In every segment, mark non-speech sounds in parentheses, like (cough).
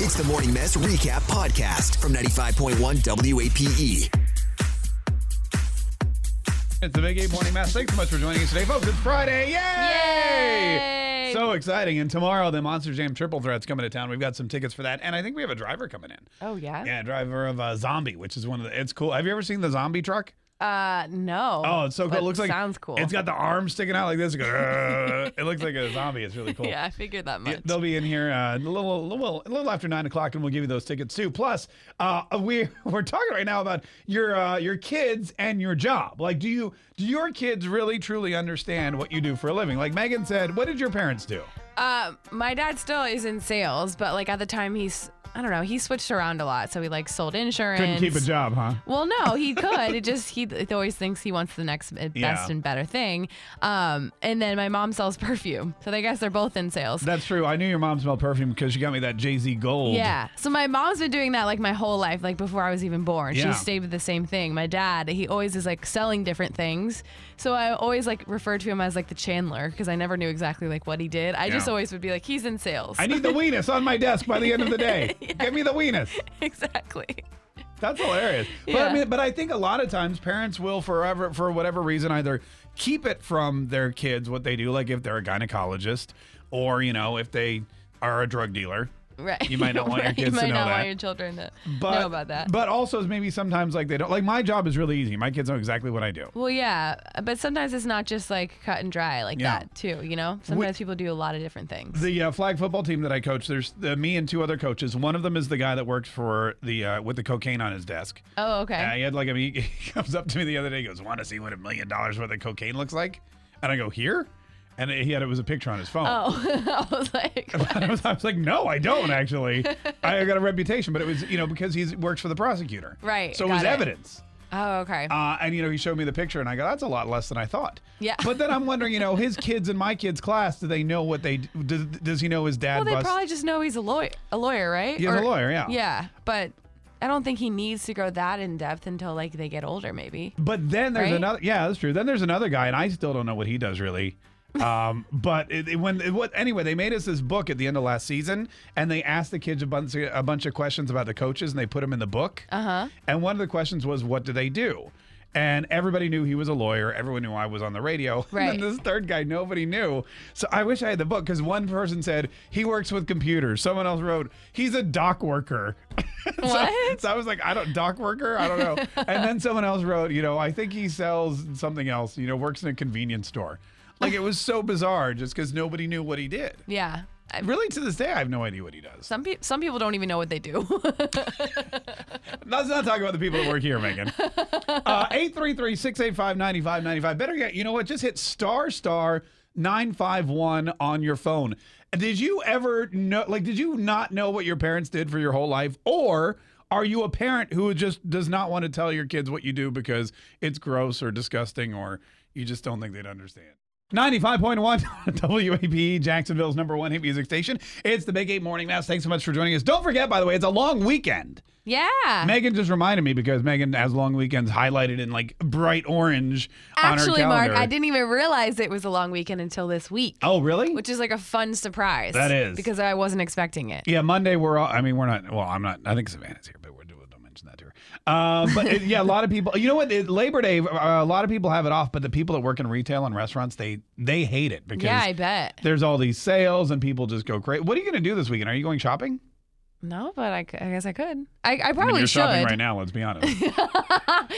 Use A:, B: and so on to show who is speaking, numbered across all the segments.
A: It's the Morning Mess Recap Podcast from 95.1 WAPE.
B: It's the Big Eight Morning Mass. Thanks so much for joining us today, folks. It's Friday. Yay!
C: Yay!
B: So exciting. And tomorrow, the Monster Jam Triple Threat's coming to town. We've got some tickets for that. And I think we have a driver coming in.
C: Oh yeah.
B: Yeah, driver of uh, Zombie, which is one of the. It's cool. Have you ever seen the zombie truck?
C: Uh no.
B: Oh, it's so cool.
C: but
B: It looks like.
C: sounds cool.
B: It's got the arm sticking out like this. It, goes, (laughs) "Argh." it looks like a zombie. It's really cool.
C: (laughs) Yeah, I figured that
B: Yeah,
C: much.
B: They'll be in here uh, a little, little, a little after nine o'clock, and we'll give you those tickets too. Plus, uh, we (laughs) we're talking right now about your uh, your kids and your job. Like, do you do your kids really truly understand what you do for a living? Like Megan said, what did your parents do?
C: Uh, my dad still is in sales, but like at the time he's I don't know, he switched around a lot. So he like sold insurance.
B: Couldn't keep a job, huh?
C: Well, no, he could. It just he th- always thinks he wants the next eh, best
B: Yeah.
C: and better thing. Um, and then my mom sells perfume, so I guess they're both in sales.
B: That's true. I knew your mom smelled perfume because she got me that Jay Z Gold.
C: Yeah. So my mom's been doing that like my whole life, like before I was even born.
B: Yeah.
C: She stayed with the same thing. My dad, he always is like selling different things. So I always like referred to him as like the Chandler because I never knew exactly like what he did. I just
B: Yeah.
C: always would be like, he's in sales.
B: I
C: (laughs)
B: need the weenus on my desk by the end of the (laughs) day. Give me the weenus.
C: exactly.
B: That's hilarious. But I
C: Yeah.
B: mean, but I think a lot of times parents will forever, for whatever reason, either keep it from their kids what they do, like if they're a gynecologist, or you know, if they are a drug dealer.
C: Right.
B: You might not want your
C: Right.
B: kids to
C: (laughs) You might
B: know
C: not
B: that.
C: want your children to
B: But
C: know about that.
B: But also maybe sometimes like they don't like my job is really easy. My kids know exactly what I do.
C: well, yeah, but sometimes it's not just like cut and dry like
B: Yeah.
C: that too, you know? Sometimes people do a lot of different things.
B: The uh, flag football team that I coach, there's uh, me and two other coaches. One of them is the guy that works for the uh, with the cocaine on his desk.
C: oh, okay.
B: And he had like a (laughs) he comes up to me the other day. He goes, "Want to see what a million dollars worth of cocaine looks like?" And I go, "Here." And he had it was a picture on his phone. (laughs)
C: oh, (laughs) I was like,
B: I was, I was like, no, I don't
C: (laughs)
B: actually. I got a reputation, but it was, you know, because he works for the prosecutor.
C: Right,
B: So it was
C: got it.
B: evidence.
C: oh, okay.
B: Uh, and, you know, he showed me the picture and I go, that's a lot less than I thought.
C: Yeah.
B: But then I'm wondering, you know, his kids in my kids' class, do they know what they, does, does he know his dad
C: Well, they
B: bust-
C: probably just know he's a lawyer, a lawyer, right?
B: He's a lawyer, yeah.
C: Yeah, but I don't think he needs to go that in depth until like they get older, maybe.
B: But then there's
C: Right?
B: another. Yeah, that's true. Then there's another guy, and I still don't know what he does really. Um, but it, it- when it, what anyway, they made us this book at the end of last season, and they asked the kids a bunch of, a bunch of questions about the coaches, and they put them in the book. Uh
C: Uh-huh.
B: huh. And one of the questions was, "What do they do?" And everybody knew he was a lawyer. Everyone knew I was on the radio. (laughs)
C: Right.
B: And then this third guy, nobody knew. So I wish I had the book because one person said he works with computers. Someone else wrote he's a dock worker. (laughs) So-
C: What?
B: so I was like, I don't dock worker. I don't know. and then someone else wrote, you know, I think he sells something else. You know, works in a convenience store. Like it was so bizarre, just because nobody knew what he did.
C: Yeah. I-
B: Really, to this day, I have no idea what he does.
C: Some people, some people don't even know what they do. (laughs)
B: Let's not talk about the people that work here, Megan. Uh, Eight three three six eight five ninety five ninety five. Better yet, you know what? Just hit star star nine five one on your phone. Did you ever know? Like, did you not know what your parents did for your whole life, or are you a parent who just does not want to tell your kids what you do because it's gross or disgusting, or you just don't think they'd understand? (laughs) 95.1 WAPE, E, Jacksonville's number one hit music station. It's the Big Eight Morning Mass. Thanks so much for joining us. Don't forget, by the way, it's a long weekend.
C: yeah.
B: Megan just reminded me because Megan has long weekends highlighted in like bright orange on her
C: Actually,
B: calendar.
C: Mark, I didn't even realize it was a long weekend until this week,
B: Oh, really?
C: which is like a fun surprise.
B: That is.
C: because I wasn't expecting it.
B: yeah, Monday we're all. I mean, we're not. Well, I'm not. I think Savannah's here, but we're don't mention that to her. Uh, but it- yeah, a lot of people. You know what? It, Labor Day, uh, a lot of people have it off, but the people that work in retail and restaurants, they they hate it because
C: Yeah, I bet.
B: there's all these sales and people just go crazy. What are you going to do this weekend? Are you going shopping?
C: No, but I, c- I guess I could. I, I probably
B: I mean, you're
C: should.
B: shopping right now. Let's be
C: (laughs)
B: honest.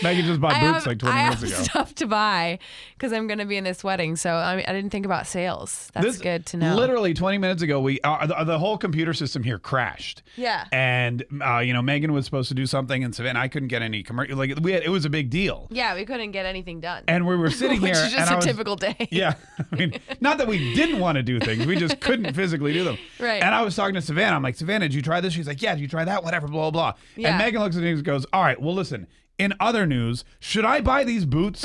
B: Megan just bought
C: I
B: boots
C: have,
B: like 20
C: I
B: minutes
C: have
B: ago.
C: (laughs) stuff to buy because I'm going to be in this wedding. So I, mean, I didn't think about sales. That's
B: This-
C: good to know.
B: Literally 20 minutes ago, we uh, the, the whole computer system here crashed.
C: Yeah.
B: And uh, you know, Megan was supposed to do something, and Savannah, I couldn't get any commercial. Like we had, it was a big deal.
C: Yeah, we couldn't get anything done.
B: And we
C: (laughs)
B: were sitting
C: Which
B: here, and
C: is just
B: I
C: a
B: was-
C: typical day.
B: (laughs) Yeah, I mean, not that we didn't want to do things, we just
C: (laughs)
B: couldn't physically do them.
C: Right.
B: And I was talking to Savannah. I'm like, Savannah, did you try this? She's like, Yeah, did you try that? Whatever, blah blah. blah.
C: Yeah.
B: And Megan looks at me and goes, All right, well, listen. In other news, should I buy these
C: (laughs)
B: boots?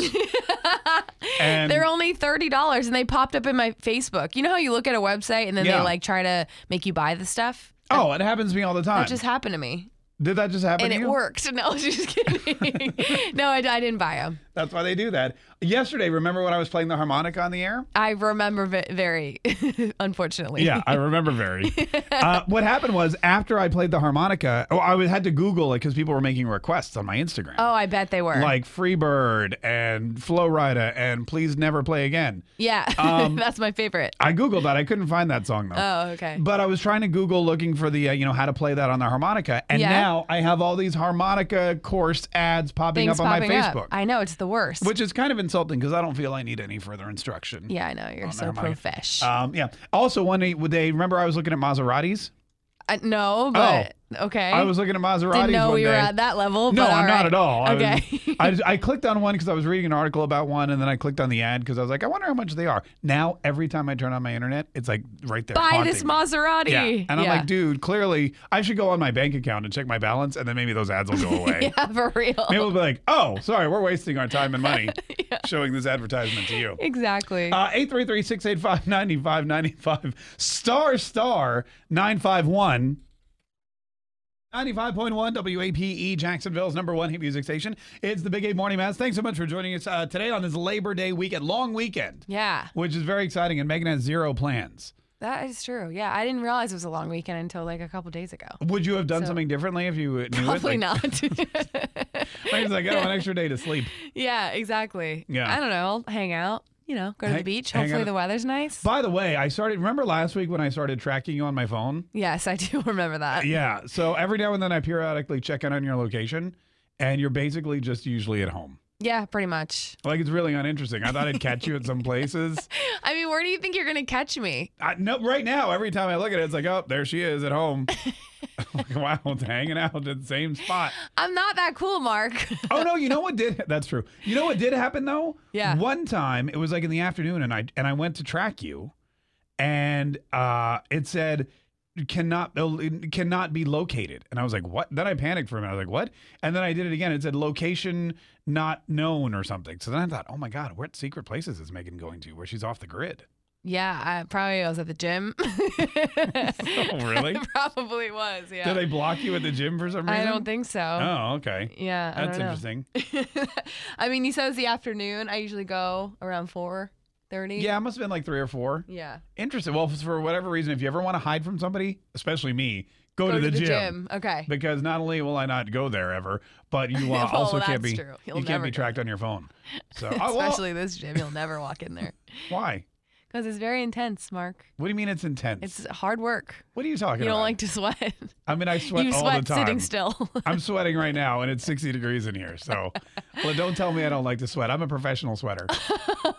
B: and
C: They're only thirty dollars, and they popped up in my Facebook. You know how you look at a website and then
B: Yeah.
C: they like try to make you buy the stuff.
B: oh, it happens to me all the time.
C: That just happened to me,
B: Did that just happen?
C: and
B: to
C: it (laughs)
B: you?
C: worked. No,
B: (laughs)
C: just kidding. no, I, I didn't buy them.
B: That's why they do that. Yesterday, remember when I was playing the harmonica on the air?
C: I remember ve- very, (laughs) unfortunately.
B: Yeah, I remember very. uh, what happened was after I played the harmonica, oh, I had to Google it because people were making requests on my Instagram.
C: (laughs) Oh, I bet they were.
B: Like Freebird and Flow Rida and Please Never Play Again.
C: yeah,
B: um,
C: (laughs) that's my favorite.
B: I Googled that. I couldn't find that song though.
C: Oh, okay.
B: But I was trying to Google looking for the, uh, you know, how to play that on the harmonica. And
C: Yeah.
B: now I have all these harmonica course ads popping
C: Things
B: up on
C: popping
B: my
C: up.
B: Facebook,
C: I know it's the worst.
B: which is kind of insulting because I don't feel I need any further instruction.
C: yeah, I know you're so
B: Oh, never mind.
C: profesh.
B: Um, yeah. Also, one day, would they remember I was looking at Maseratis?
C: I- Uh, no, but okay.
B: oh. I was looking at Maseratis.
C: Eh? didn't know
B: one
C: we were
B: day.
C: at that level.
B: No,
C: but
B: I'm not
C: alright.
B: at all. (laughs) I,
C: Okay.
B: was- I, just- I clicked on one because I was reading an article about one, and then I clicked on the ad because I was like, I wonder how much they are. Now, every time I turn on my internet, it's like right there.
C: Buy
B: haunting
C: this
B: me.
C: Maserati.
B: Yeah. And I'm
C: Yeah.
B: like, dude, clearly I should go on my bank account and check my balance, and then maybe those ads will
C: (laughs)
B: go away.
C: yeah, for real. (laughs)
B: Maybe we'll be like, oh, sorry, we're wasting our time and money (laughs) showing this advertisement to you.
C: Exactly.
B: Uh, 833-685-9595. Star star 951. 95.1 WAPE, E, Jacksonville's number one hit music station. It's the Big Eight Morning Mass. Thanks so much for joining us uh, today on this Labor Day weekend, long weekend,
C: yeah,
B: which is very exciting. And Megan has zero plans.
C: that is true. Yeah, I didn't realize it was a long weekend until like a couple days
B: (laughs)
C: ago.
B: Would you have done
C: So-
B: something differently if you knew it?
C: Probably
B: Like, (laughs)
C: not.
B: Megan's like, oh, an extra day to sleep.
C: (laughs) yeah, exactly.
B: Yeah.
C: I don't know. I'll hang out, you know, go to
B: Hang-
C: the beach.
B: hang
C: Hopefully
B: out-
C: the weather's nice.
B: By the way, I started, remember last week when I started tracking you on my phone?
C: yes, I do (laughs) remember that.
B: Uh, Yeah. So every now and then I periodically check in on your location, and you're basically just usually at home.
C: Yeah, pretty much.
B: Like it's really uninteresting. I thought I'd catch you at some places.
C: I mean, where do you think you're going to catch me?
B: I, no, right now, every time I look at it, it's like, oh, there she is at home. (laughs) like, wow, it's hanging out at the same spot.
C: I'm not that cool, Mark. (laughs)
B: Oh no, you know what did? That's true. You know what did happen though?
C: Yeah.
B: One time, it was like in the afternoon, and I and I went to track you, and uh, it said cannot uh, cannot be located and i was like what then i panicked for a minute i was like what and then i did it again it said location not known or something so then i thought oh my god what secret places is megan going to where she's off the grid
C: yeah, I probably was at the gym. (laughs)
B: (laughs) oh really
C: probably was, yeah.
B: did they block you at the gym for some reason
C: I don't think so.
B: oh okay
C: Yeah, I
B: that's
C: don't know.
B: interesting
C: (laughs) I mean, you said it's the afternoon. I usually go around four thirty.
B: yeah it must have been like three or four
C: Yeah.
B: Interesting. Well, for whatever reason, if you ever want to hide from somebody, especially me, go, to, the, gym.
C: Okay.
B: Because not only will I not go there ever, but you
C: (laughs)
B: uh,
C: Well,
B: also can't
C: Oh, that's
B: be
C: true. You'll
B: you can't
C: never
B: be
C: go
B: tracked on your
C: (laughs)
B: phone. So oh, well,
C: Especially this gym, you'll never walk
B: (laughs)
C: in there
B: why?
C: because it's very intense, Mark.
B: What do you mean it's intense?
C: It's hard work.
B: what are you talking
C: You
B: about?
C: don't like to (laughs) sweat.
B: I mean, I sweat
C: you
B: all
C: sweat
B: the time.
C: sitting still. (laughs)
B: I'm sweating right now, and it's 60 degrees in here. So, well, don't tell me I don't like to sweat. I'm a professional sweater.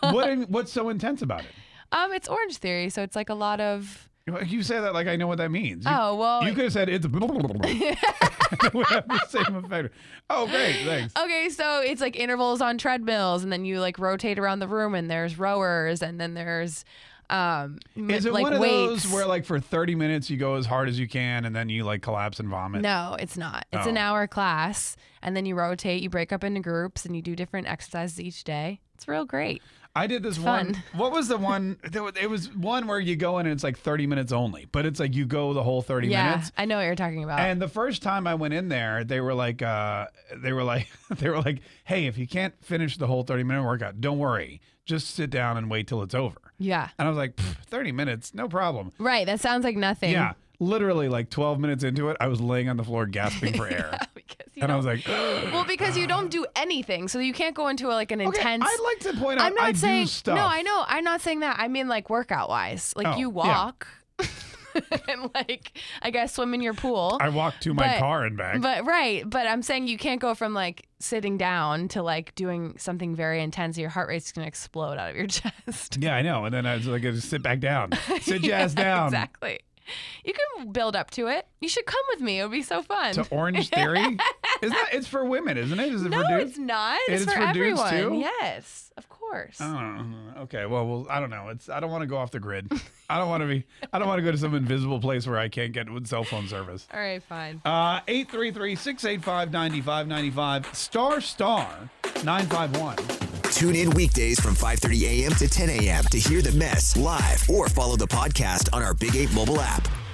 B: what in, what's so intense about it?
C: um, it's Orange Theory, so it's like a lot of.
B: You say that like I know what that means. You-
C: Oh well.
B: You could have said it's. (laughs)
C: (laughs)
B: it would have the same effect. Oh, great! Thanks.
C: Okay, so it's like intervals on treadmills, and then you like rotate around the room, and there's rowers, and then there's um m-
B: Is it
C: like
B: one of
C: weights.
B: those where, like, for 30 minutes you go as hard as you can and then you like collapse and vomit?
C: No, it's not. It's an
B: Oh.
C: hour class, and then you rotate. You break up into groups, and you do different exercises each day. It's real great.
B: I did this
C: fun.
B: one. What was the
C: (laughs)
B: one? there was- It was one where you go in and it's like 30 minutes only, but it's like you go the whole 30
C: yeah, Uh,
B: minutes.
C: I know what you're talking about.
B: And the first time I went in there, they were like, uh, they were like, (laughs) they were like, hey, if you can't finish the whole 30 minute workout, don't worry, just sit down and wait till it's over.
C: yeah,
B: And I was like, "Pff, 30 minutes, no problem.
C: right. That sounds like nothing.
B: Yeah. Literally like 12 minutes into it, I was laying on the floor gasping
C: (laughs)
B: for air.
C: (laughs) because you
B: and I
C: don't,
B: was like,
C: well, because you don't do anything, so you can't go into like an
B: Okay,
C: intense.
B: I'd like to point out
C: I'm not
B: I
C: saying
B: do stuff.
C: no. I know. I'm not saying that. I mean like workout wise, like
B: Oh,
C: you
B: yeah.
C: walk. (laughs) and like I guess swim in your pool.
B: I walked to my
C: But-
B: car and back.
C: But right, but I'm saying you can't go from like sitting down to like doing something very intense. Your heart rate's gonna explode out of your (laughs) chest.
B: yeah, I know. And then I was like, I just sit back
C: (laughs)
B: down. Sit your ass down.
C: Exactly. You can build up to it. You should come with me. It would be so fun.
B: To Orange
C: (laughs)
B: Theory. Isn't that, it's for women, isn't it? Is it
C: no,
B: for dudes?
C: it's not.
B: It
C: It's,
B: is
C: for,
B: for dudes,
C: everyone.
B: too?
C: Yes, of course.
B: Oh, okay. Well, well, I don't know. It's I don't want to go off the grid. I don't want to be. I don't want to go to some invisible place where I can't get with cell phone service.
C: All right, fine.
B: Uh, 833-685-9595, star star 951.
A: Tune in weekdays from 5:30 a.m. to 10 a.m. to hear the mess live or follow the podcast on our Big 8 mobile app.